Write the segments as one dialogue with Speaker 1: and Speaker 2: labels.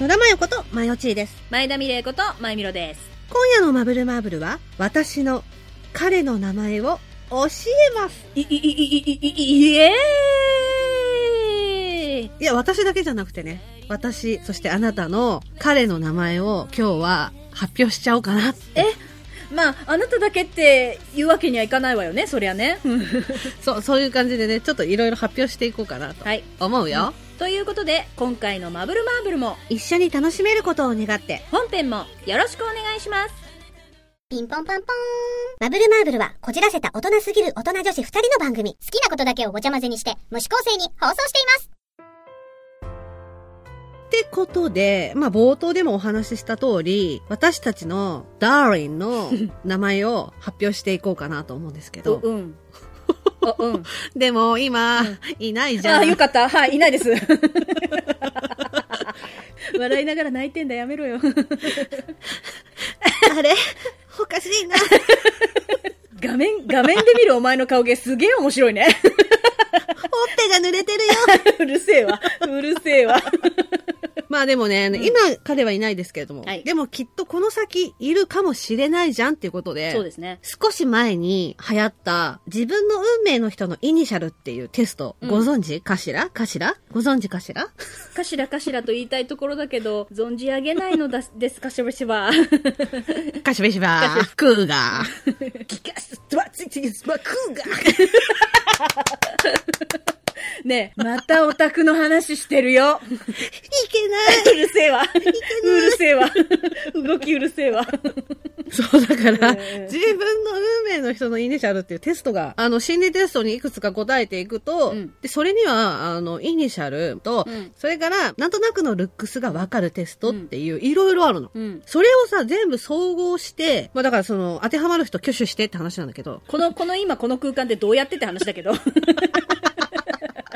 Speaker 1: 野田真代こと、まよちーです。
Speaker 2: 前田美玲子と前みろです。
Speaker 1: 今夜のマブルマーブルは、私の彼の名前を教えます。
Speaker 2: い、い、い、い、い、い、い、イエーイ
Speaker 1: いや、私だけじゃなくてね、私、そしてあなたの彼の名前を今日は発表しちゃおうかなって。
Speaker 2: まあ、あなただけって言うわけにはいかないわよね、そりゃね。
Speaker 1: そう、そういう感じでね、ちょっといろいろ発表していこうかなと
Speaker 2: はい。
Speaker 1: 思うよ。
Speaker 2: ということで、今回のマブルマーブルも、
Speaker 1: 一緒に楽しめることを願って。
Speaker 2: 本編もよろしくお願いします。
Speaker 3: ピンポンパンポーン。マブルマーブルは、こじらせた大人すぎる大人女子二人の番組。好きなことだけをごちゃ混ぜにして、無視構成に放送しています。
Speaker 1: ってことで、まあ冒頭でもお話しした通り、私たちのダーリン の名前を発表していこうかなと思うんですけど。
Speaker 2: うん。お、うん。
Speaker 1: でも今、いないじ
Speaker 2: あ
Speaker 1: ゃ
Speaker 2: あ、
Speaker 1: ん。
Speaker 2: よかった。はい、いないです。 笑いながら泣いてんだ、やめろよ。
Speaker 1: あれおかしいな。
Speaker 2: 画面、画面で見るお前の顔芸すげえ面白いね。
Speaker 1: ほっぺが濡れてるよ。
Speaker 2: うるせえわ。うるせえわ。
Speaker 1: まあでもね、今彼はいないですけれども、
Speaker 2: はい
Speaker 1: でもきっとこの先いるかもしれないじゃんっていうことで、
Speaker 2: そうですね。
Speaker 1: 少し前に流行った自分の運命の人のイニシャルっていうテスト、
Speaker 2: うん
Speaker 1: ご存知かしらかしらご存知かしら
Speaker 2: かしらかしらと言いたいところだけ ど、存じ上げないのだです、かしばし ば。
Speaker 1: かしべしばー。クーガー。
Speaker 2: キカストワツイツイスバクーガねえ、またオタクの話してるよ。
Speaker 1: いけな
Speaker 2: うるせえ わ。うるせえわ。 動きうるせえわ。
Speaker 1: い。そう、だから、
Speaker 2: ええ
Speaker 1: 自分の運命の人のイニシャルっていうテストが、あの、心理テストにいくつか答えていくと、
Speaker 2: うん
Speaker 1: で、それには、あの、イニシャルと、
Speaker 2: うん
Speaker 1: それから、なんとなくのルックスがわかるテストっていう、いろいろあるの。
Speaker 2: うん。
Speaker 1: それをさ、全部総合して、まあだからその、当てはまる人挙手してって話なんだけ ど、
Speaker 2: この、この今この空間でどうやってって話だけ ど。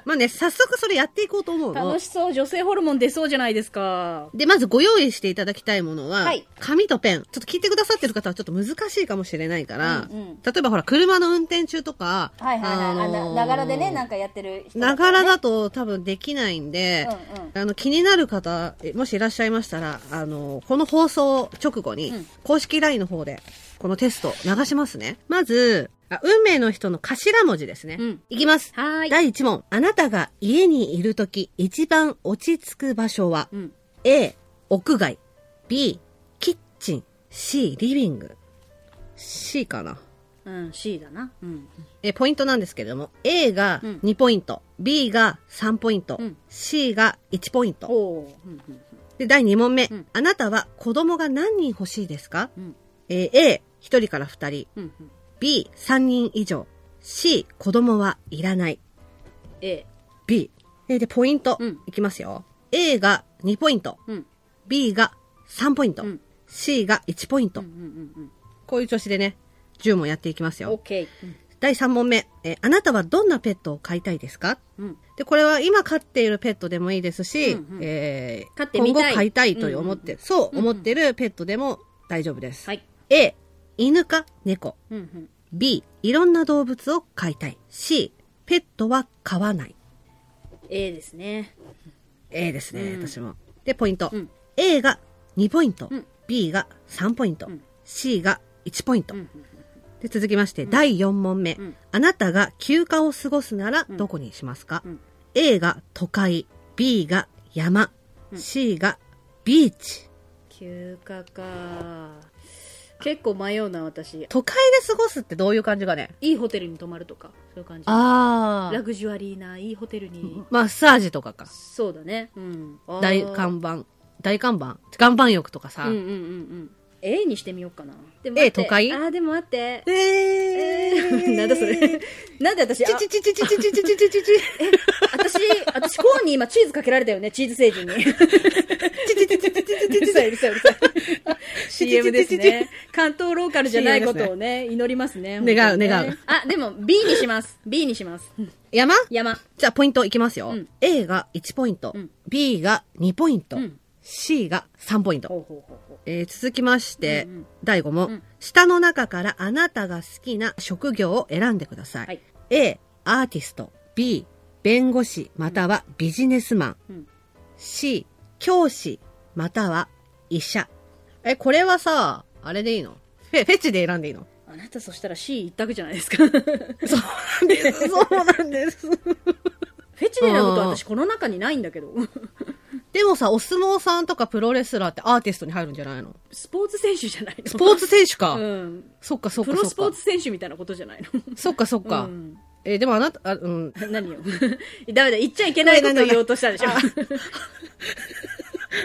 Speaker 1: まあね、早速それやっていこうと思うの
Speaker 2: 楽。しそう。女性ホルモン出そうじゃないですか。
Speaker 1: で、まずご用意していただきたいものは、
Speaker 2: はい
Speaker 1: 紙とペン。ちょっと聞いてくださってる方はちょっと難しいかもしれないから、
Speaker 2: うんうん
Speaker 1: 例えばほら、車の運転中とか、ん
Speaker 2: かやってる人
Speaker 1: ながらだと多分できないんで、
Speaker 2: うんうん
Speaker 1: あの、気になる方、えもしいらっしゃいましたら、あの、この放送直後に、
Speaker 2: うん
Speaker 1: 公式 LINE の方で、このテスト流しますね。まず、あ運命の人の頭文字ですね。
Speaker 2: うん
Speaker 1: いきます。
Speaker 2: はーい。
Speaker 1: 第1問。あなたが家にいるとき、一番落ち着く場所は、
Speaker 2: うん。
Speaker 1: A、屋外。B、キッチン。C、リビング。C かな。
Speaker 2: うん、C だな。うん。
Speaker 1: え、ポイントなんですけれども、A が
Speaker 2: うん
Speaker 1: 2ポイント、B が3ポイント、
Speaker 2: うん
Speaker 1: C が1ポイント。
Speaker 2: おーうんうん
Speaker 1: で、第2問目、
Speaker 2: うん
Speaker 1: あなたは子供が何人欲しいですか、
Speaker 2: うん
Speaker 1: えー A、1人から2人、
Speaker 2: うんうん。
Speaker 1: B、3人以上、C、子供はいらない、
Speaker 2: A。
Speaker 1: B。えーで、ポイント、
Speaker 2: うん
Speaker 1: いきますよ。A が2ポイント、
Speaker 2: うん。
Speaker 1: B が3ポイント、
Speaker 2: うん
Speaker 1: C が1ポイント。
Speaker 2: うんうんうん
Speaker 1: こういう調子でね、10問やっていきます
Speaker 2: うん。オッ
Speaker 1: よ。
Speaker 2: ケー。
Speaker 1: 第3問目、えーあなたはどんなペットを飼いたいですか
Speaker 2: うんうん。
Speaker 1: で、これは今飼っているペットでもいいですし、
Speaker 2: うんうん
Speaker 1: えー
Speaker 2: 飼ってみたい
Speaker 1: 今後飼いたいと思って、
Speaker 2: うんうん
Speaker 1: そう思ってるペットでも大丈夫です。
Speaker 2: はい。
Speaker 1: A、犬か猫。
Speaker 2: うんうん。
Speaker 1: B、いろんな動物を飼いたい。C、ペットは飼わない。
Speaker 2: A ですね。
Speaker 1: A ですね、
Speaker 2: うん
Speaker 1: 私も。で、ポイント。
Speaker 2: うん
Speaker 1: A が2ポイント。
Speaker 2: うん
Speaker 1: B が3ポイント。
Speaker 2: うん
Speaker 1: C が1ポイント。
Speaker 2: うんうん
Speaker 1: で、続きまして、第4問目、
Speaker 2: うん
Speaker 1: あなたが休暇を過ごすなら
Speaker 2: ん
Speaker 1: どこにしますか、
Speaker 2: うん
Speaker 1: ?A が都会、B が山、C がビーチ。
Speaker 2: 休暇か。結構迷うな、私。
Speaker 1: 都会で過ごすってどういう感じかね
Speaker 2: いいホテルに泊まるとか、そういう感じ。
Speaker 1: あ
Speaker 2: ラグジュアリーな、いいホテルに。
Speaker 1: マッサージとかか。
Speaker 2: そうだね。うん。あー
Speaker 1: 大看板。大看板岩盤浴とかさ。
Speaker 2: うんうんうんうん。A にしてみようかな。でも
Speaker 1: A
Speaker 2: 待って
Speaker 1: 都会
Speaker 2: あー、でも待って。
Speaker 1: え
Speaker 2: なんだそれ。なんで私、あ
Speaker 1: ちちちちちちちちちちち。
Speaker 2: 私、私、コーンに今チーズかけられたよね、チーズ星人に。うるさい、うるさい、うるさい。CM ですね。関東ローカルじゃないことをね、祈りますね。
Speaker 1: 願う
Speaker 2: 本当にね
Speaker 1: 願う。
Speaker 2: あ、でも B にします。B にします。
Speaker 1: 山
Speaker 2: 山。
Speaker 1: じゃあポイントいきますよ。
Speaker 2: うん
Speaker 1: A が1ポイント、
Speaker 2: うん
Speaker 1: B が2ポイント、
Speaker 2: うん
Speaker 1: C が3ポイント。
Speaker 2: ほうほうほうほう。
Speaker 1: えー続きまして、
Speaker 2: うんうん
Speaker 1: 第5問、
Speaker 2: うん
Speaker 1: 下の中からあなたが好きな職業を選んでください。
Speaker 2: はい
Speaker 1: A、アーティスト。B、弁護士またはビジネスマン。
Speaker 2: うん
Speaker 1: C、教師。または医者。え、これはさ、あれでいいのフェフェチで選んでいいの
Speaker 2: あなたそしたら C 一択じゃないですか。フェ
Speaker 1: そうなんです。そうなんです。
Speaker 2: チで選ぶことは私この中にないんだけど。
Speaker 1: でもさ、お相撲さんとかプロレスラーってアーティストに入るんじゃない の
Speaker 2: スポーツ選手じゃないの
Speaker 1: スポーツ選手か。
Speaker 2: うん。
Speaker 1: そっかそっ
Speaker 2: プ
Speaker 1: か
Speaker 2: ロ
Speaker 1: そっ
Speaker 2: スポー
Speaker 1: か
Speaker 2: ツ。選手みたいなことじゃないの
Speaker 1: そっかそっか。
Speaker 2: うん
Speaker 1: えーでもあなた、あ うん。
Speaker 2: 何よ。ダメだ、言っちゃいけないこと言おうとしたでし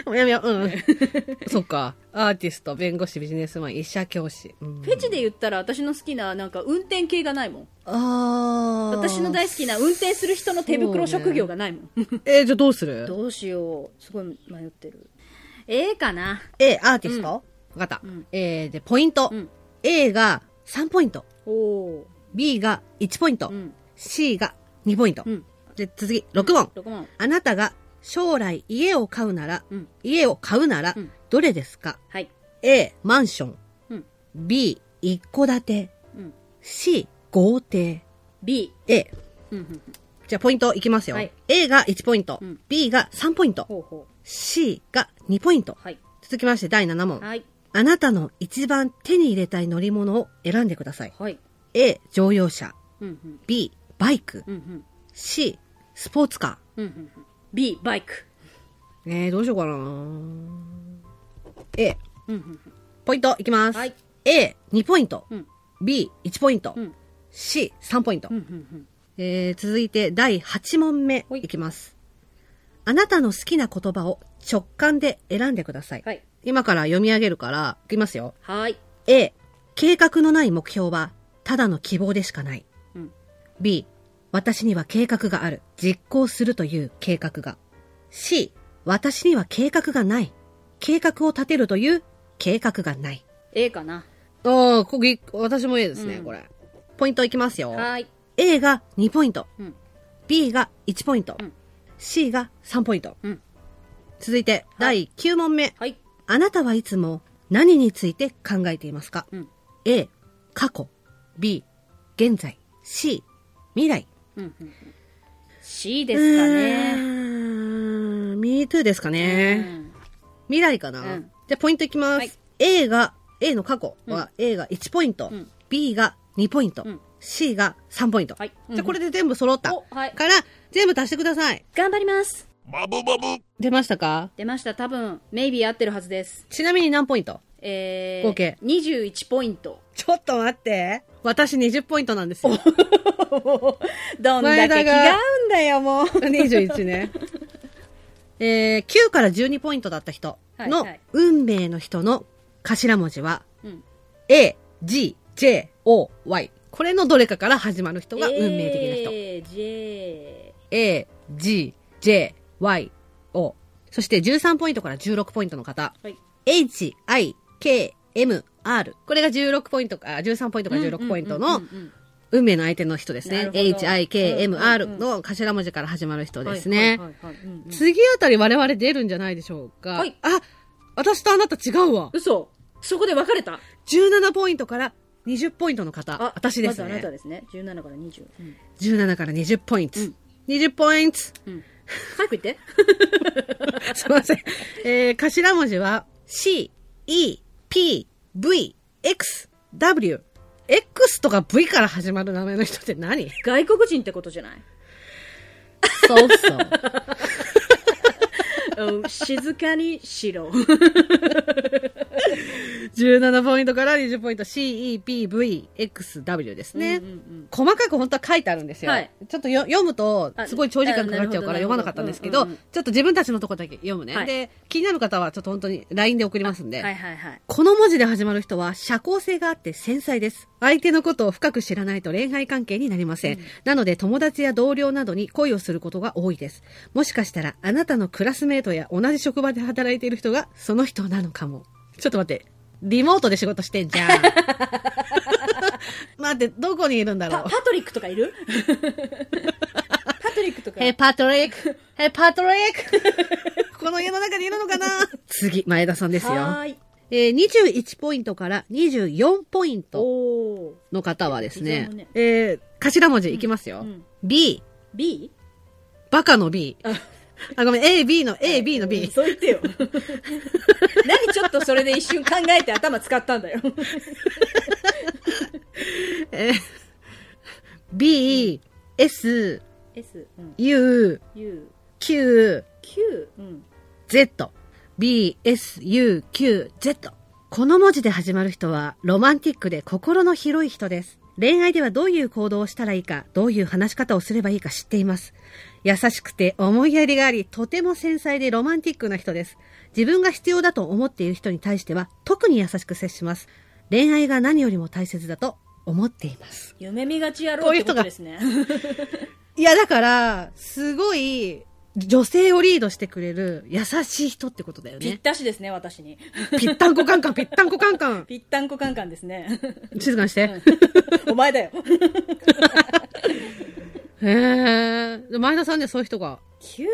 Speaker 2: ょ。
Speaker 1: やめよう、うん。 そっか。アーティスト、弁護士、ビジネスマン、医者、教師。うん
Speaker 2: フェチで言ったら私の好きな、なんか運転系がないもん。
Speaker 1: あー
Speaker 2: 私の大好きな運転する人の手袋職業がないもん。
Speaker 1: えーじゃあどうする
Speaker 2: どうしよう。すごい迷ってる。A かな。
Speaker 1: ?A、アーティスト、わかった。
Speaker 2: うん
Speaker 1: えーで、ポイント、
Speaker 2: うん
Speaker 1: A が3ポイント。
Speaker 2: おお
Speaker 1: B が1ポイント。
Speaker 2: ー。うん。
Speaker 1: C が2ポイント。
Speaker 2: うん。
Speaker 1: で、次、6問、
Speaker 2: 6問。
Speaker 1: あなたが将来家を買うなら、
Speaker 2: うん
Speaker 1: 家を買うなら
Speaker 2: うん、
Speaker 1: どれですか、
Speaker 2: はい。
Speaker 1: ?A、マンション。
Speaker 2: うん。
Speaker 1: B、一戸建て。
Speaker 2: うん。
Speaker 1: C、豪邸。
Speaker 2: B。
Speaker 1: A。
Speaker 2: うんうん。
Speaker 1: じゃあ、ポイントいきますよ。
Speaker 2: はい
Speaker 1: A が1ポイント、
Speaker 2: うん
Speaker 1: B が3ポイント。
Speaker 2: ほうほ
Speaker 1: C が2ポイント
Speaker 2: う。。はい。
Speaker 1: 続きまして、第7問。
Speaker 2: はい。
Speaker 1: あなたの一番手に入れたい乗り物を選んでください。
Speaker 2: はい。
Speaker 1: A、乗用車。
Speaker 2: うんうん。
Speaker 1: B、バイク。
Speaker 2: うんうん。
Speaker 1: C、スポーツカ
Speaker 2: うんうんうん。B。バイク。
Speaker 1: ー。えー、どうしようかな A、
Speaker 2: うんうん
Speaker 1: ポイントいきます。
Speaker 2: はい
Speaker 1: A、2ポイント。
Speaker 2: うん
Speaker 1: B、1ポイント。
Speaker 2: うん
Speaker 1: C、3ポイント。
Speaker 2: うん。うんうん
Speaker 1: えー、続いて第8問目
Speaker 2: はい
Speaker 1: いきます。あなたの好きな言葉を直感で選んでください。
Speaker 2: はい
Speaker 1: 今から読み上げるから、いきますよ。
Speaker 2: うん。はい。
Speaker 1: A、計画のない目標は、ただの希望でしかない。
Speaker 2: うん
Speaker 1: B、私には計画がある。実行するという計画が。C、私には計画がない。計画を立てるという計画がない。
Speaker 2: A かな。
Speaker 1: ああ、こぎ私も A ですね、
Speaker 2: うん
Speaker 1: これ。ポイントいきますよ。
Speaker 2: はい。
Speaker 1: A が2ポイント。
Speaker 2: うん
Speaker 1: B が1ポイント。
Speaker 2: うん
Speaker 1: C が3ポイント。
Speaker 2: うん
Speaker 1: 続いて、第9問目。
Speaker 2: はい。
Speaker 1: あなたはいつも何について考えていますか、
Speaker 2: うん
Speaker 1: ?A、過去。B、現在。C、未来。
Speaker 2: うんうんうん。C ですか
Speaker 1: う
Speaker 2: ね。
Speaker 1: ーん。Me too ですか
Speaker 2: う
Speaker 1: ね。
Speaker 2: ん
Speaker 1: 未来かな、
Speaker 2: うん
Speaker 1: じゃあ、ポイントいきます。
Speaker 2: はい
Speaker 1: A が、A の過去は A が1ポイント。
Speaker 2: うん
Speaker 1: B が2ポイント。
Speaker 2: うん
Speaker 1: C が3ポイント。
Speaker 2: はい
Speaker 1: じゃあ、これで全部揃った。
Speaker 2: おはい
Speaker 1: から、全部足してください。
Speaker 2: 頑張ります。
Speaker 1: 出ましたか
Speaker 2: 出ました。多分、maybe 合ってるはずです。
Speaker 1: ちなみに何ポイント
Speaker 2: えー、
Speaker 1: 合計
Speaker 2: 21ポイント。
Speaker 1: ちょっと待って。私20ポイントなんですよ。
Speaker 2: どん
Speaker 1: 前
Speaker 2: だけ
Speaker 1: 田
Speaker 2: 気
Speaker 1: が
Speaker 2: が合うんだよ、もう。
Speaker 1: 21ね。 えー、9から12ポイントだった人
Speaker 2: は
Speaker 1: の
Speaker 2: いはい
Speaker 1: 運命の人の頭文字は
Speaker 2: うん。
Speaker 1: A, G, J, O, Y。これのどれかから始まる人が運命的な人。
Speaker 2: A、J、
Speaker 1: A, G, J, Y, O。そして13ポイントから16ポイントの方。
Speaker 2: はい。
Speaker 1: H, I, K, M, R。これが16ポイントか、あ13ポイントから16ポイントの
Speaker 2: うんうんうんうん
Speaker 1: 運命の相手の人です
Speaker 2: な
Speaker 1: ね
Speaker 2: る。ほど
Speaker 1: H, I, K, M,
Speaker 2: うんう
Speaker 1: R
Speaker 2: ん
Speaker 1: の頭文字から始まる人
Speaker 2: うん
Speaker 1: ですね
Speaker 2: は。いはいはいうんうん
Speaker 1: 次あたり我々出るんじゃないでしょうか。
Speaker 2: はい
Speaker 1: あ、私とあなた違うわ。
Speaker 2: 嘘そこで別れた
Speaker 1: 17ポイントから20ポイントの方。
Speaker 2: あ、
Speaker 1: 私です
Speaker 2: まずあなた
Speaker 1: ね。
Speaker 2: ですね。17から20。うん。
Speaker 1: 17から20ポイント。
Speaker 2: うん
Speaker 1: 20ポイント。
Speaker 2: うん。早く言って。
Speaker 1: すいません。えー、頭文字は C, E, P, V, X, W。X とか V から始まる名前の人って何
Speaker 2: 外国人ってことじ ゃない
Speaker 1: そう そう。
Speaker 2: うん静かにしろ。
Speaker 1: 17ポイントから20ポイント CEPVXW ですね、
Speaker 2: うんうんうん
Speaker 1: 細かく本当は書いてあるんですよ、
Speaker 2: はい
Speaker 1: ちょっとよ読むと
Speaker 2: あ
Speaker 1: すごい長時間かかっちゃうから
Speaker 2: な
Speaker 1: 読
Speaker 2: るほ
Speaker 1: ま
Speaker 2: ど
Speaker 1: なかったんですけど、
Speaker 2: なるほどうんうん
Speaker 1: ちょっと自分たちのとこだけ読むね、
Speaker 2: はい
Speaker 1: で気になる方はちょっと本当に LINE で送りますんで、
Speaker 2: はいはいはい。
Speaker 1: この文字で始まる人は社交性があって繊細です。相手のことを深く知らないと恋愛関係になりません。なので友達や同僚などに恋をすることが多いです。もしかしたらあなたのクラスメートや同じ職場で働いている人がその人なのかも。ちょっと待って。リモートで仕事してんじ ゃん。待って、どこにいるんだろ
Speaker 2: パ
Speaker 1: う
Speaker 2: パ。トリックとかい るパトリックとか。
Speaker 1: ヘイパトリックヘイパトリックこの家の中にいるのかな次、前田さんですよ。
Speaker 2: はーい。
Speaker 1: えー21ポイントから24ポイント。
Speaker 2: おー。
Speaker 1: の方はです
Speaker 2: い
Speaker 1: ね
Speaker 2: ずれもね、
Speaker 1: えー、頭文字いきますよ。
Speaker 2: うん
Speaker 1: B、
Speaker 2: B?
Speaker 1: バカの B。あ、ごめん、A、B の A、B の B。
Speaker 2: そう言 ってよ。何ちょっとそれで一瞬考えて頭使ったんだよ。
Speaker 1: えー B、S、
Speaker 2: S、うん、
Speaker 1: U、
Speaker 2: U、
Speaker 1: Q、
Speaker 2: Q、うん。
Speaker 1: Z。B、S、U、Q、Z。この文字で始まる人は、ロマンティックで心の広い人です。恋愛ではどういう行動をしたらいいか、どういう話し方をすればいいか知っています。優しくて思いやりがあり、とても繊細でロマンティックな人です。自分が必要だと思っている人に対しては、特に優しく接します。恋愛が何よりも大切だと思っています。
Speaker 2: 夢見がちやろうってことですね。
Speaker 1: いや、だから、すごい、女性をリードしてくれる優しい人ってことだよ
Speaker 2: ぴっ
Speaker 1: ね。
Speaker 2: たしですね、私に。
Speaker 1: ぴったんこカンカン、ぴったんこカンカン。
Speaker 2: ぴったんこカンカンです ね。
Speaker 1: 静かにして。
Speaker 2: お前だよ。
Speaker 1: へーで前田さんね、そういう人が。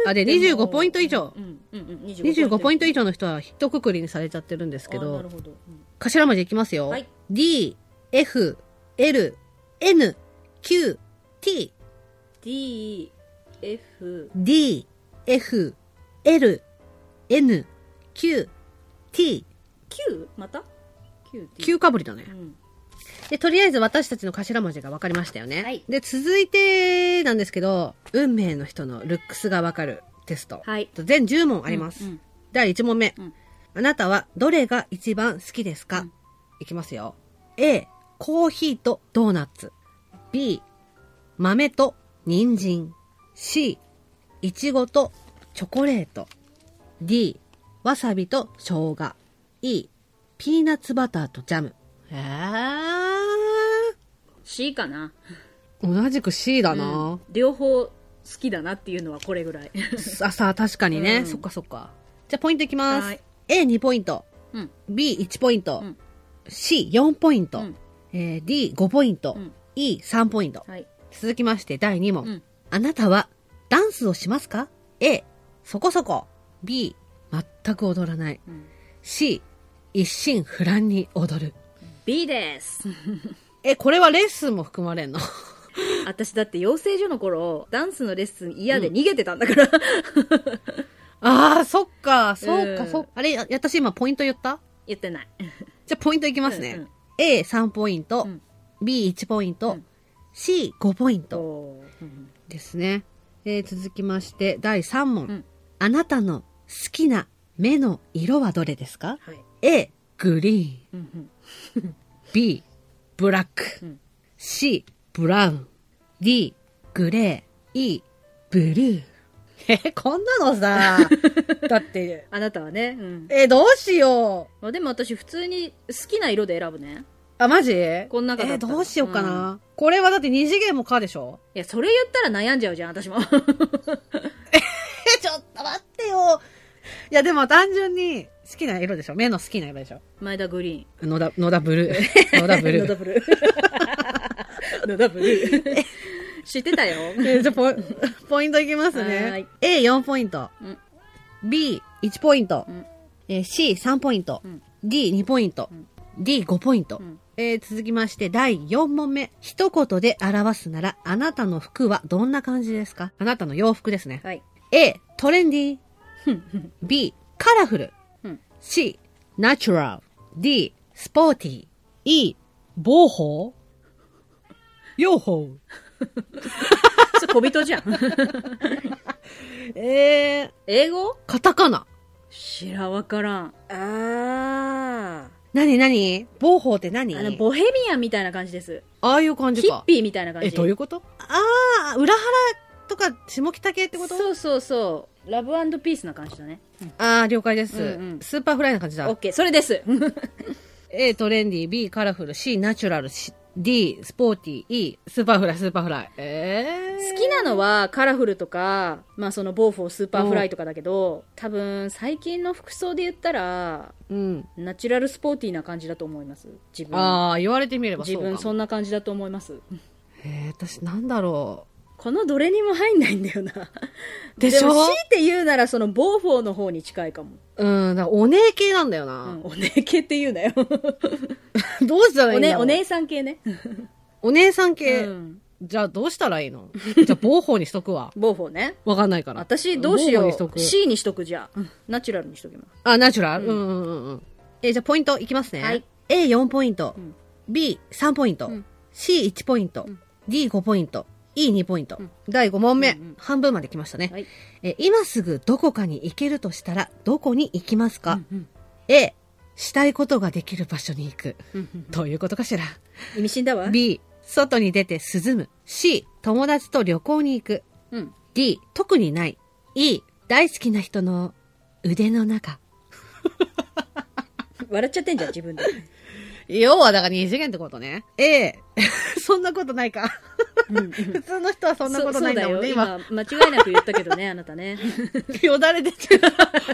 Speaker 1: あで25ポイント以上
Speaker 2: うんうんうん、
Speaker 1: 25ポイン
Speaker 2: ト
Speaker 1: ト以上の人は一括りにされちゃってるんですけ
Speaker 2: あな
Speaker 1: ど、
Speaker 2: るほど。うん
Speaker 1: 頭文字いきますよ。
Speaker 2: はい
Speaker 1: D、F、L、N、Q、T、
Speaker 2: D、F、
Speaker 1: D、F、L、N、Q、T、
Speaker 2: Q? また ?Q っていう。
Speaker 1: 9かぶりだね
Speaker 2: う。ん。
Speaker 1: で、とりあえず私たちの頭文字が分かりましたよね。
Speaker 2: はい
Speaker 1: で、続いてなんですけど、運命の人のルックスが分かるテスト。
Speaker 2: はい
Speaker 1: 全10問あります。
Speaker 2: うんうん
Speaker 1: 第1問目、
Speaker 2: うん
Speaker 1: あなたはどれが一番好きですか、
Speaker 2: うん
Speaker 1: いきますよ。A、コーヒーとドーナツ。B、豆と人参。C、いちごとチョコレート。D、わさびと生姜。E、ピーナッツバターとジャム。えー、
Speaker 2: C かな。
Speaker 1: 同じく C だな、
Speaker 2: 両方好きだなっていうのはこれぐらい。
Speaker 1: あ、さあ、確かにね。
Speaker 2: うん
Speaker 1: そっかそっか。じゃあ、ポイントいきます。
Speaker 2: はい
Speaker 1: A2 ポイント。
Speaker 2: うん
Speaker 1: B1 ポイント。
Speaker 2: うん
Speaker 1: C4 ポイント。
Speaker 2: うん
Speaker 1: えー D5 ポイント。
Speaker 2: うん
Speaker 1: E3 ポイント。
Speaker 2: はい。
Speaker 1: 続きまして、第2問。
Speaker 2: うん
Speaker 1: あなたは、ダンスをしますか ?A、そこそこ。B、全く踊らない。
Speaker 2: うん
Speaker 1: C、一心不乱に踊る。
Speaker 2: B です。
Speaker 1: え、これはレッスンも含まれんの
Speaker 2: 私だって養成所の頃、ダンスのレッスン嫌で逃げてたんだから。
Speaker 1: ああ、そっか、そう
Speaker 2: う
Speaker 1: か、
Speaker 2: ん
Speaker 1: そうか。あれ、や私今ポイント言った
Speaker 2: 言ってない。
Speaker 1: じゃあポイントいきますね。
Speaker 2: うんうん
Speaker 1: A3 ポイント、
Speaker 2: うん
Speaker 1: B1 ポイント、
Speaker 2: うん
Speaker 1: C5 ポイント
Speaker 2: おーうん
Speaker 1: ですね。えー続きまして、第3問、
Speaker 2: うん
Speaker 1: あなたの好きな目の色はどれですか
Speaker 2: はい。
Speaker 1: ?A、グリーン。
Speaker 2: うんうん
Speaker 1: B、ブラック。
Speaker 2: うん
Speaker 1: C、ブラウン。D、グレー。E、ブルー。 え、こんなのさ、だって、
Speaker 2: あなたはね。うん。
Speaker 1: え、どうしよう。
Speaker 2: まあでも私普通に好きな色で選ぶね。
Speaker 1: あ、マジ
Speaker 2: こん中だ
Speaker 1: え、
Speaker 2: ったら
Speaker 1: どうしようかな。これはだって二次元もかでしょ
Speaker 2: いや、それ言ったら悩んじゃうじゃん、私も。
Speaker 1: え、ちょっと待ってよ。いや、でも単純に好きな色でしょ目の好きな色でしょ
Speaker 2: 前田グリ
Speaker 1: 野田、野田ブルー。 野
Speaker 2: ー
Speaker 1: 田
Speaker 2: ン。
Speaker 1: ブル
Speaker 2: 野田
Speaker 1: ー。
Speaker 2: ブ ルー。野田ブルー。 知ってたよ。
Speaker 1: えじゃあポイ、ポイントいきます
Speaker 2: は
Speaker 1: ね
Speaker 2: い。
Speaker 1: A4 ポイント。
Speaker 2: うん
Speaker 1: B1 ポイント。
Speaker 2: うん
Speaker 1: え C3 ポイント。
Speaker 2: うん
Speaker 1: D2 ポイント。
Speaker 2: ん
Speaker 1: D5 ポイント。
Speaker 2: ん
Speaker 1: えー続きまして、第4問目。一言で表すなら、あなたの服はどんな感じですかあなたの洋服ですね。
Speaker 2: はい。
Speaker 1: A、トレンディー。B、カラフル。
Speaker 2: うん
Speaker 1: C、ナチュラル。D、スポーティー。E、暴法用法。
Speaker 2: それ小人じゃん。
Speaker 1: えー、
Speaker 2: 英語
Speaker 1: カタカナ。
Speaker 2: 知らわからん。あ
Speaker 1: なになに暴法って何
Speaker 2: ー。あ
Speaker 1: あ
Speaker 2: の、ボヘミアンみたいな感じです。
Speaker 1: あいう感じ
Speaker 2: ヒッ
Speaker 1: か。
Speaker 2: ピーみたいな感じ。
Speaker 1: え、どういうことああ、裏腹とか下北系ってこと
Speaker 2: そうそうそう。ラブピースな感じだね。
Speaker 1: ああ、了解です、
Speaker 2: うんうん
Speaker 1: スーパーフライな感じ
Speaker 2: オッ
Speaker 1: だ。
Speaker 2: ケー、それです。
Speaker 1: A、トレンディー、B、カラフル、C、ナチュラル、C D、スポーティー、E、スーパーフライ、スーパーフライ。えー。
Speaker 2: 好きなのはカラフルとか、まあそのボーフォースーパーフライとかだけど、多分最近の服装で言ったら、
Speaker 1: うん。
Speaker 2: ナチュラルスポーティーな感じだと思います。自分。
Speaker 1: ああ、言われてみればそう
Speaker 2: 自
Speaker 1: かも。
Speaker 2: 分そんな感じだと思います。
Speaker 1: えー、私なんだろ
Speaker 2: このどれにも入んないんだよな。
Speaker 1: う。でしょ
Speaker 2: も強いて言うならそのボーフォーの方に近いかも。
Speaker 1: うん、だからお姉系なんだよ
Speaker 2: う
Speaker 1: な。
Speaker 2: ん、お姉系って言うなよ。
Speaker 1: どうしたらいい
Speaker 2: お
Speaker 1: んだ
Speaker 2: ね、
Speaker 1: ろう
Speaker 2: お姉さん系ね。
Speaker 1: お姉さん
Speaker 2: う
Speaker 1: 系。
Speaker 2: ん。
Speaker 1: じゃあどうしたらいいのじゃあ防法にしとくわ。
Speaker 2: ボーフォーね。
Speaker 1: わかんないから。
Speaker 2: 私、どうしよ
Speaker 1: ボーフォーにし
Speaker 2: う
Speaker 1: と。く
Speaker 2: C にしとくじゃあ。ナチュラルにしときます。
Speaker 1: あ、ナチュラル、うん、うんうんうん。えーじゃあポイントいきますね。
Speaker 2: はい
Speaker 1: A4 ポイント、
Speaker 2: うん
Speaker 1: B3 ポイント、
Speaker 2: うん
Speaker 1: C1 ポイント、D5 ポイント、E2 ポイント。第5問目、
Speaker 2: うんうん
Speaker 1: 半分まで来ましたね、
Speaker 2: はい。
Speaker 1: えー今すぐどこかに行けるとしたら、どこに行きますか、
Speaker 2: うん
Speaker 1: ?A、したいことができる場所に行く。
Speaker 2: うんうん
Speaker 1: ということかしら。
Speaker 2: 意味深だわ。
Speaker 1: B、外に出て涼む。C、友達と旅行に行く。
Speaker 2: うん。
Speaker 1: D、特にない。E、大好きな人の腕の中。
Speaker 2: 笑っちゃってんじゃん、自分で。
Speaker 1: 要はだから二次元ってことね。A、そ んなことないか。
Speaker 2: うん
Speaker 1: 普通の人はそんなことないんだもんね、
Speaker 2: そう
Speaker 1: 今。
Speaker 2: そうだよ今、間違いなく言ったけどね、あなた ね。
Speaker 1: よだれ出て る。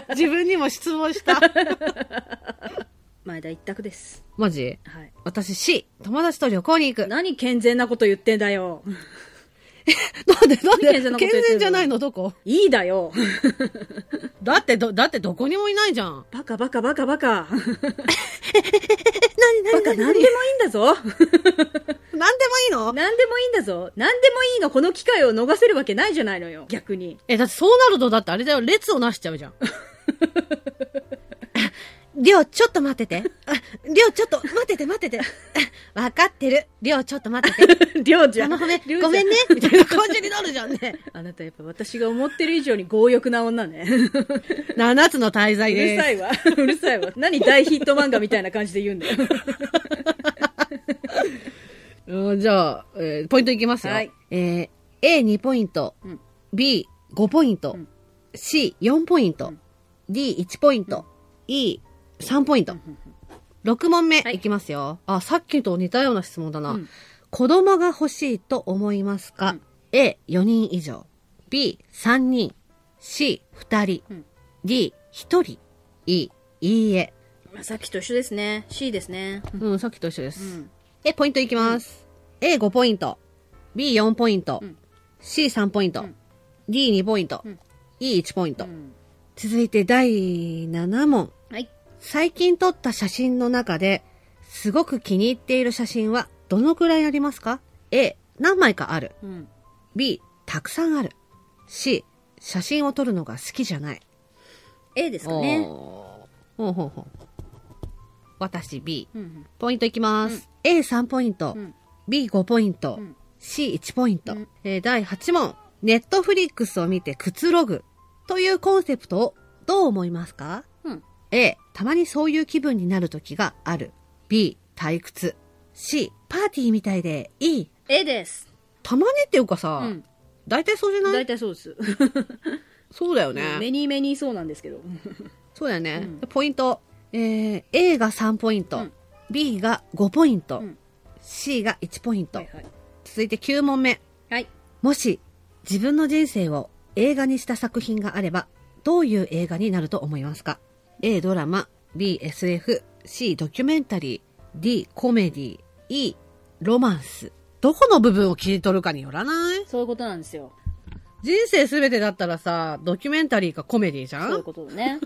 Speaker 1: 自分にも質問した。
Speaker 2: 前田一択です。
Speaker 1: マジ
Speaker 2: はい。
Speaker 1: 私 C、友達と旅行に行く。な
Speaker 2: 何健全なこと言ってんだよ。
Speaker 1: んで、なんで
Speaker 2: 健全なこと言
Speaker 1: 健
Speaker 2: ってる
Speaker 1: 全じゃないのどこ
Speaker 2: いいだよ。
Speaker 1: だってど、だってどこにもいないじゃん。
Speaker 2: バカバカバカバカ。
Speaker 1: え、なにな
Speaker 2: バカ何でもいいんだぞ。
Speaker 1: なんでもいいの
Speaker 2: 何でもいいんだぞ。何でもいいの、この機会を逃せるわけないじゃないのよ。逆に。
Speaker 1: え、だってそうなると、だってあれだよ、列をなしちゃう じゃん。りょう、ちょっと待ってて。ありょう、ちょっと、待ってて、待ってて。あわかってる。りょう、ちょっと待ってて。
Speaker 2: りょうじゃ
Speaker 1: あ
Speaker 2: ん。
Speaker 1: の褒め
Speaker 2: りょう、じゃ
Speaker 1: ごめんね。みたいな感じになるじゃんね。
Speaker 2: あなたやっぱ私が思ってる以上に強欲な女ね。
Speaker 1: 七つの滞
Speaker 2: う
Speaker 1: 在
Speaker 2: る
Speaker 1: で
Speaker 2: さ
Speaker 1: す。
Speaker 2: いわ。うるさいわ。何大ヒット漫画みたいな感じで言うんだよ。
Speaker 1: うん、じゃあ、えーポイントいきますよ。
Speaker 2: はい
Speaker 1: えー、A2 ポイント、
Speaker 2: うん
Speaker 1: B5 ポイント、
Speaker 2: うん
Speaker 1: C4 ポイント、
Speaker 2: うん
Speaker 1: D1 ポイント、E3 ポイント。6問目
Speaker 2: はい
Speaker 1: いきますよ、あ、さっきと似たような質問だな。
Speaker 2: うん
Speaker 1: 子供が欲しいと思いますか、?A4 人以上。B3 人。C2 人。
Speaker 2: うん
Speaker 1: D1 人。E、いいえ。
Speaker 2: まあさっきと一緒ですね。C ですね。
Speaker 1: うん、さっきと一緒です。
Speaker 2: うん。
Speaker 1: で、ポイントいきます。A5 ポイント。B4 ポイント。
Speaker 2: うん
Speaker 1: C3 ポイント。
Speaker 2: うん
Speaker 1: D2 ポイント。
Speaker 2: うん
Speaker 1: E1 ポイント。
Speaker 2: うん
Speaker 1: 続いて第7問。
Speaker 2: はい。
Speaker 1: 最近撮った写真の中で、すごく気に入っている写真はどのくらいありますか ?A、何枚かある。
Speaker 2: うん。
Speaker 1: B、たくさんある。C、写真を撮るのが好きじゃない。
Speaker 2: A ですか
Speaker 1: おー
Speaker 2: ね。
Speaker 1: ほうほうほう。私 B。
Speaker 2: うん。
Speaker 1: ポイントいきます。A3 ポイント、
Speaker 2: うん
Speaker 1: B5 ポイント、
Speaker 2: うん
Speaker 1: C1 ポイント、
Speaker 2: うん
Speaker 1: えー第8問。ネットフリックスを見てくつろぐというコンセプトをどう思いますか
Speaker 2: うん
Speaker 1: ?A、たまにそういう気分になる時がある。B、退屈。C、パーティーみたいでいい。
Speaker 2: A です。
Speaker 1: たまにっていうかさ、
Speaker 2: うん。
Speaker 1: 大体そうじゃない
Speaker 2: 大体そうです。
Speaker 1: そうだよ ね。
Speaker 2: メニーメニーそうなんですけど。
Speaker 1: そうだよね、
Speaker 2: うん
Speaker 1: でポイント、えー、A が3ポイント、
Speaker 2: うん
Speaker 1: B が5ポイント、
Speaker 2: うん
Speaker 1: C が1ポイント、
Speaker 2: はいはい。
Speaker 1: 続いて9問目。
Speaker 2: はい。
Speaker 1: もし、自分の人生を映画にした作品があれば、どういう映画になると思いますか ?A ドラマ、B SF、C ドキュメンタリー、D コメディ、E ロマンス。どこの部分を切り取るかによらない
Speaker 2: そういうことなんですよ。
Speaker 1: 人生すべてだったらさ、ドキュメンタリーかコメディじゃ
Speaker 2: そういうんことだね。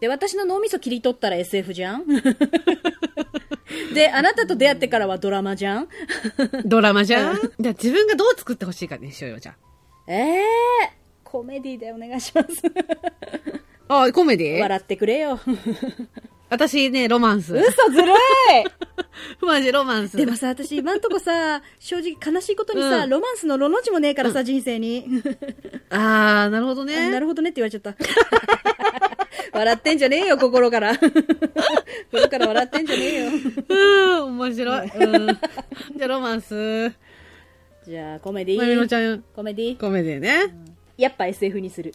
Speaker 2: で、私の脳みそ切り取ったら SF じゃん で、あなたと出会ってからはドラマじゃん
Speaker 1: ドラマじゃんじゃあ自分がどう作ってほしいかにしようよ、じゃ
Speaker 2: ええコメディでお願いします。
Speaker 1: あ。あ、コメディ
Speaker 2: 笑ってくれ よ。
Speaker 1: 私ね、ロマンス。
Speaker 2: 嘘ずるい
Speaker 1: マジロマンス。
Speaker 2: でもさ、私今んとこ さ、正直悲しいことにさ、
Speaker 1: うん
Speaker 2: ロマンスのロの字もねえからさ、人生に。
Speaker 1: あー、なるほどね。
Speaker 2: なるほどねって言われちゃった。 笑ってんじゃねえよ、心 から。心から笑ってんじゃねえよ。
Speaker 1: うん、面白い。うん。じゃあ、ロマンス。
Speaker 2: じゃあ、コメディ
Speaker 1: まゆみのちゃん、
Speaker 2: コメディ
Speaker 1: コメディね。
Speaker 2: やっぱ SF にす る。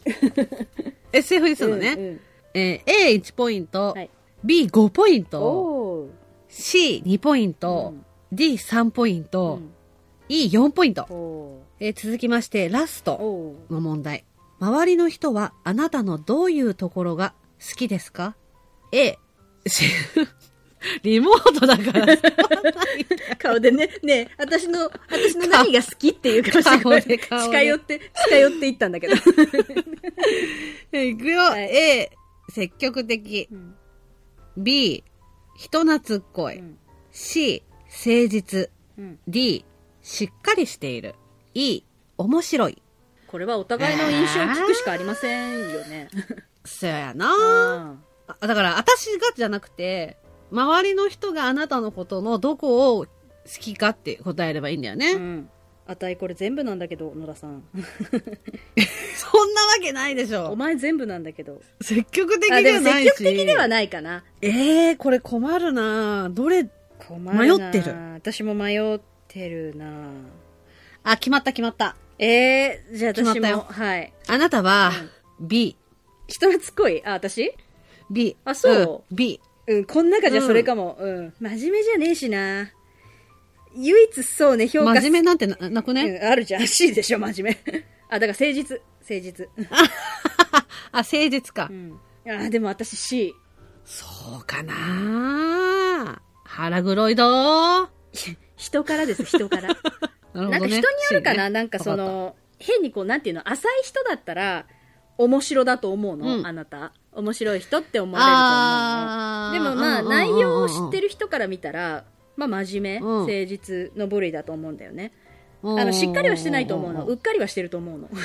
Speaker 1: SF にするのね。
Speaker 2: うんうん
Speaker 1: えー A1 ポイント、
Speaker 2: はい。
Speaker 1: B5 ポイント、
Speaker 2: おー
Speaker 1: C2 ポイント、D3 ポイント、E4 ポイント。
Speaker 2: お
Speaker 1: えー続きまして、ラス
Speaker 2: ー
Speaker 1: ト
Speaker 2: おー
Speaker 1: の問題。周りの人はあなたのどういうところが好きですか ?A、しリモートだから。
Speaker 2: 顔でね、ねえ私の、私の何が好きっていう顔して
Speaker 1: 顔で顔で
Speaker 2: 近寄って、近寄っていったんだけど。
Speaker 1: えーいくよ、
Speaker 2: はい
Speaker 1: A、積極的。
Speaker 2: うん、
Speaker 1: B、人懐っこい。
Speaker 2: うん
Speaker 1: C、誠実。
Speaker 2: うん
Speaker 1: D、しっかりしている。いい、面白い。
Speaker 2: これはお互いの印象を聞くしかありませんよね。
Speaker 1: そやなあだから、私がじゃなくて、周りの人があなたのことのどこを好きかって答えればいいんだよね。
Speaker 2: うん。あたいこれ全部なんだけど、野田さん。
Speaker 1: そんなわけないでし
Speaker 2: お
Speaker 1: ょ。
Speaker 2: 前全部なんだけど。
Speaker 1: 積極的
Speaker 2: あ、
Speaker 1: で
Speaker 2: で
Speaker 1: は
Speaker 2: も
Speaker 1: ない
Speaker 2: 積
Speaker 1: し。
Speaker 2: 極的ではないかな。
Speaker 1: ええー、これ困るなどれ、
Speaker 2: 困るな
Speaker 1: 迷ってる
Speaker 2: 私も迷ってるな
Speaker 1: あ、決まった決まった。
Speaker 2: えー、じゃあ
Speaker 1: 決まっ
Speaker 2: 私
Speaker 1: た
Speaker 2: も、
Speaker 1: よ
Speaker 2: はい。
Speaker 1: あなたは、B。
Speaker 2: 人懐っこいあ、私
Speaker 1: B。
Speaker 2: あそ
Speaker 1: うん ?B。
Speaker 2: うん、こん中じゃ
Speaker 1: うん
Speaker 2: それかも。うん。真面目じゃねえしな唯一そうね、評価
Speaker 1: 真面目なんてななくね、
Speaker 2: うん、あるじゃん。C でしょ、真面目。 あ、だから誠実。誠実。
Speaker 1: あ、誠実か。
Speaker 2: うん。あ、でも私 C。
Speaker 1: そうかな腹黒いどー。
Speaker 2: 人からです、人から。
Speaker 1: なるほどね
Speaker 2: なんか人によるかな、
Speaker 1: C ね
Speaker 2: なんかそ
Speaker 1: わっ
Speaker 2: の、変にこう、なんていうの、浅い人だったら、面白だと思うの、
Speaker 1: うん
Speaker 2: あなた。面白い人って思われると
Speaker 1: あー
Speaker 2: 思うの。でもまあ、
Speaker 1: うんうんうんうん
Speaker 2: 内容を知ってる人から見たら、まあ、真面目、
Speaker 1: うん
Speaker 2: 誠実の部類だと思うんだよね。
Speaker 1: た
Speaker 2: あの、しっかりはしてないと思うの。
Speaker 1: ん
Speaker 2: うっかりはしてると思うの。うん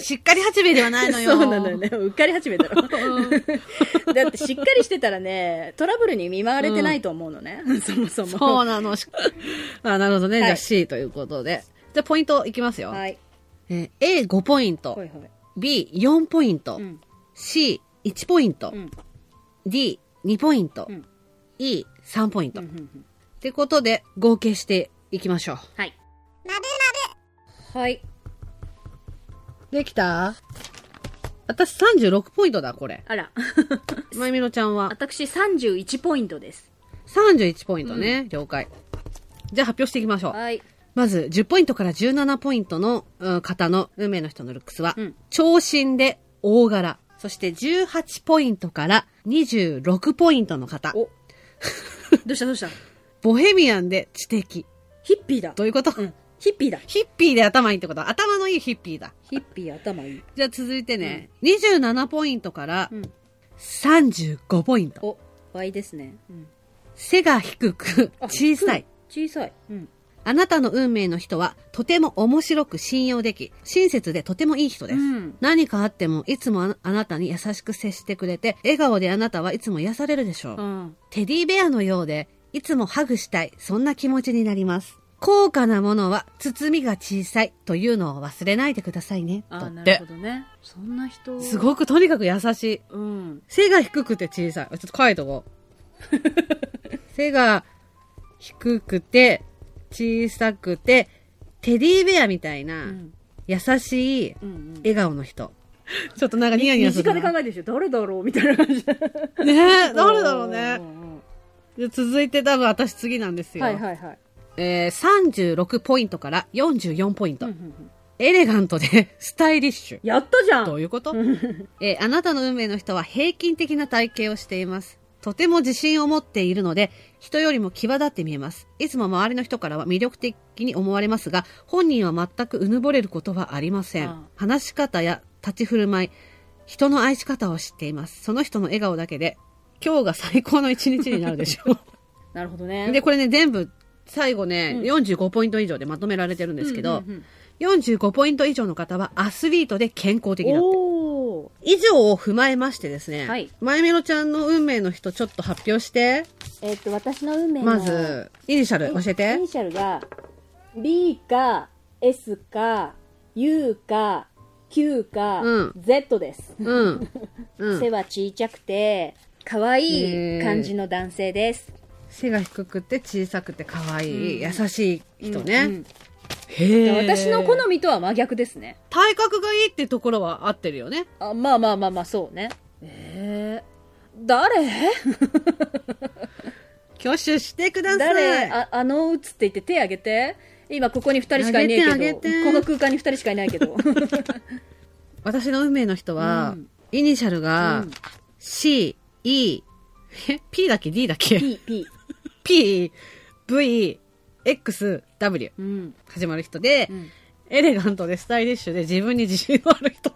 Speaker 1: しっかり八兵衛ではないのよ。
Speaker 2: そうなのよね。うっかり始めたろ。
Speaker 1: うん。
Speaker 2: だってしっかりしてたらね、トラブルに見舞われてないと思うのね。 そもそも。
Speaker 1: そう なの。しあ、なるほどね。じゃ
Speaker 2: は
Speaker 1: あ
Speaker 2: い
Speaker 1: C ということで。じゃあポイントいきますよ。
Speaker 2: はい。
Speaker 1: えー A5 ポイン
Speaker 2: ほ
Speaker 1: ト
Speaker 2: い、ほい。
Speaker 1: B4 ポイント
Speaker 2: う、ん。
Speaker 1: C1 ポイント
Speaker 2: う、ん。
Speaker 1: D2 ポイント、
Speaker 2: うん
Speaker 1: E3 ポイン
Speaker 2: う
Speaker 1: ト。
Speaker 2: んう
Speaker 1: っ
Speaker 2: んうん
Speaker 1: てことで、合計していきましょう。
Speaker 2: はい。
Speaker 3: まぶまぶ
Speaker 2: はい。
Speaker 1: できた私36ポイントだ、これ。
Speaker 2: あら。
Speaker 1: まゆみろちゃんは
Speaker 2: 私31ポイントです。
Speaker 1: 31ポイントね。了解。じゃあ発表していきましょう。
Speaker 2: はい。
Speaker 1: まず、10ポイントから17ポイントのうん方の運命の人のルックスは、
Speaker 2: うん
Speaker 1: 長身で大柄。そして18ポイントから26ポイントの方。
Speaker 2: お。 どうしたどうした
Speaker 1: ボヘミアンで知的。
Speaker 2: ヒッピーだ。
Speaker 1: どういうこと、
Speaker 2: うん。ヒッピーだ。
Speaker 1: ヒッピーで頭いいってこと頭のいいヒッピーだ。
Speaker 2: ヒッピー頭いい。
Speaker 1: じゃあ続いてね、27ポイントから
Speaker 2: うん
Speaker 1: 35ポイント。
Speaker 2: お、Y ですね。うん。
Speaker 1: 背が低く
Speaker 2: あ
Speaker 1: 小さい。
Speaker 2: 小さい。うん。
Speaker 1: あなたの運命の人はとても面白く信用でき、親切でとてもいい人です。
Speaker 2: うん
Speaker 1: 何かあってもいつもああなたに優しく接してくれて、笑顔であなたはいつも癒されるでしょう。
Speaker 2: うん。
Speaker 1: テディベアのようで、いつもハグしたい、そんな気持ちになります。高価なものは包みが小さいというのを忘れないでくださいね。
Speaker 2: あ
Speaker 1: だ
Speaker 2: ー、
Speaker 1: っ
Speaker 2: なる
Speaker 1: て
Speaker 2: ほ。どね。そんな人。
Speaker 1: すごくとにかく優しい。
Speaker 2: うん。
Speaker 1: 背が低くて小さい。あちょっと書いと こう。背が低くて、小さくて、テディベアみたいな、
Speaker 2: うん。
Speaker 1: 優しい
Speaker 2: うんうん。
Speaker 1: 笑顔の人。ちょっとなんかニヤニヤ
Speaker 2: 身
Speaker 1: す
Speaker 2: 近
Speaker 1: る
Speaker 2: で
Speaker 1: な。
Speaker 2: 考えてるでしょ誰だろうみたいな感じで。
Speaker 1: ねえ、誰だろうね
Speaker 2: ん。ん
Speaker 1: で続いて多分私次なんです
Speaker 2: うん
Speaker 1: よ。
Speaker 2: はいはいはい。
Speaker 1: えー、36ポイントから44ポイント。
Speaker 2: うんうんうん
Speaker 1: エレガントでスタイリッシュ。
Speaker 2: やったじゃん
Speaker 1: どういうことえーあなたの運命の人は平均的な体型をしています。とても自信を持っているので、人よりも際立って見えます。いつも周りの人からは魅力的に思われますが、本人は全くうぬぼれることはありません。
Speaker 2: ああ
Speaker 1: 話し方や立ち振る舞い、人の愛し方を知っています。その人の笑顔だけで、今日が最高の一日になるでしょ
Speaker 2: なるほど
Speaker 1: う。
Speaker 2: ね。
Speaker 1: で、これね、全部、最後ね、45ポイント以上でまとめられてるんですけど、
Speaker 2: うんうんうん
Speaker 1: 45ポイント以上の方はアスリートで健康的だって。
Speaker 2: おー
Speaker 1: 以上を踏まえましてですね、
Speaker 2: はい
Speaker 1: まゆみろちゃんの運命の人ちょっと発表して、
Speaker 2: えっと、私の運命の。
Speaker 1: ま、ず、イニシャル教え
Speaker 2: イ
Speaker 1: て
Speaker 2: ニ。シャルが、B か、S か、U か、Q か、
Speaker 1: うん
Speaker 2: Z です。
Speaker 1: うん。う
Speaker 2: 背
Speaker 1: ん。
Speaker 2: は小さくて、可愛い感じの男性です。
Speaker 1: 背が低くて小さくて可愛い、
Speaker 2: うん
Speaker 1: 優しい人ね。
Speaker 2: うんうん
Speaker 1: へえ。
Speaker 2: 私の好みとは真逆ですね。
Speaker 1: 体格がいいってところは合ってるよね。
Speaker 2: あまあまあまあまあ、そうね。えー、誰
Speaker 1: 挙手してください。
Speaker 2: 誰ああのうつって言って手挙げて今ここに2人しかいね
Speaker 1: あ
Speaker 2: え
Speaker 1: げ
Speaker 2: け
Speaker 1: てあ
Speaker 2: ど
Speaker 1: げて
Speaker 2: この空間に2人しかいない けど
Speaker 1: 私の運命の人は、
Speaker 2: うん
Speaker 1: イニシャルが、
Speaker 2: うん
Speaker 1: C、E、え ?P だっけ ?D だっけ
Speaker 2: PP、
Speaker 1: ?P、V、X、W
Speaker 2: うん
Speaker 1: 始まる人で、
Speaker 2: うん
Speaker 1: エレガントでスタイリッシュで自分に自信のある人。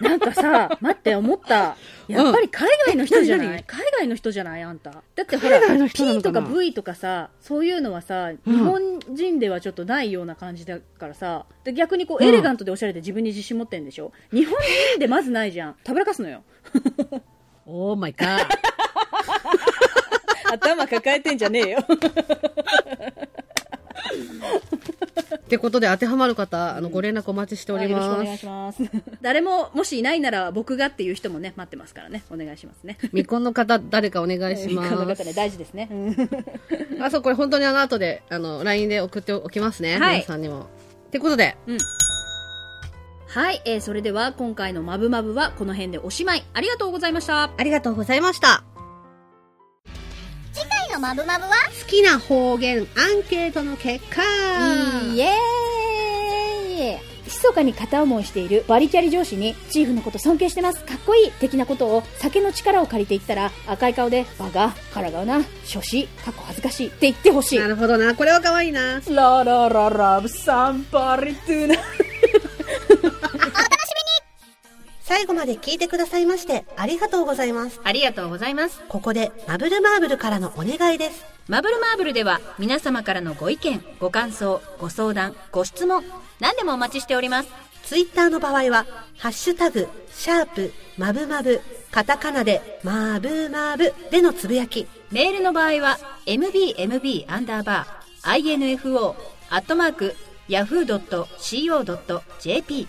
Speaker 2: なんかさ、待って、思った。やっぱり海外の人じゃない、
Speaker 1: うんえ
Speaker 2: 海外の人じゃないあんた。だってほら
Speaker 1: 海外の、人な
Speaker 2: P
Speaker 1: の
Speaker 2: と
Speaker 1: か
Speaker 2: か
Speaker 1: な
Speaker 2: V とかさ、そういうのはさ、
Speaker 1: うん
Speaker 2: 日本人ではちょっとないような感じだからさ、で逆にこう、
Speaker 1: うん
Speaker 2: エレガントでおしゃれで自分に自信持ってんでしょ日本人でまずないじゃん。たぶらかすのよ。
Speaker 1: オーマイガー。
Speaker 2: 頭抱えてんじゃねえよ。
Speaker 1: ってことで当てはまる方、あの、ご連絡お待ちしており
Speaker 2: はいよろしくお
Speaker 1: ま
Speaker 2: 願い
Speaker 1: す。
Speaker 2: します。誰も、もしいないなら僕がっていう人もね、待ってますからね。お願いしますね。
Speaker 1: 未婚の方、誰かお願いしま
Speaker 2: この方
Speaker 1: す。
Speaker 2: ね、大事ですね。
Speaker 1: あ、そう、これ本当にあの後で、あの、LINE で送っておきますね。
Speaker 2: はい
Speaker 1: 皆さんにも。ってことで、
Speaker 2: はい、えーそれでは今回の「まぶまぶ」はこの辺でおしまいありがとうございました
Speaker 1: ありがとうございました。
Speaker 3: 次回のマブマブは
Speaker 1: 好きな方言アンケートの結果
Speaker 2: イエーイ密かに片思いしているバリキャリ上司にチーフのこと尊敬してますかっこいい的なことを酒の力を借りて言ったら赤い顔でバカからがうな初子かっこ恥ずかしいって言ってほしい
Speaker 1: なるほどな。これは可愛いな。
Speaker 2: ララララブサンパリトゥーナ
Speaker 4: 最後まで聞いてくださいましてありがとうございます。
Speaker 5: ありがとうございます。
Speaker 4: ここでマブルマーブルからのお願いです。
Speaker 5: マブルマーブルでは皆様からのご意見、ご感想、ご相談、ご質問、何でもお待ちしております。
Speaker 4: ツイッターの場合は、ハッシュタグ、シャープ、マブマブ、カタカナで、マーブマーブでのつぶやき、
Speaker 5: メールの場合は mbmb アンダーバー info アットマーク yahoo.co.jp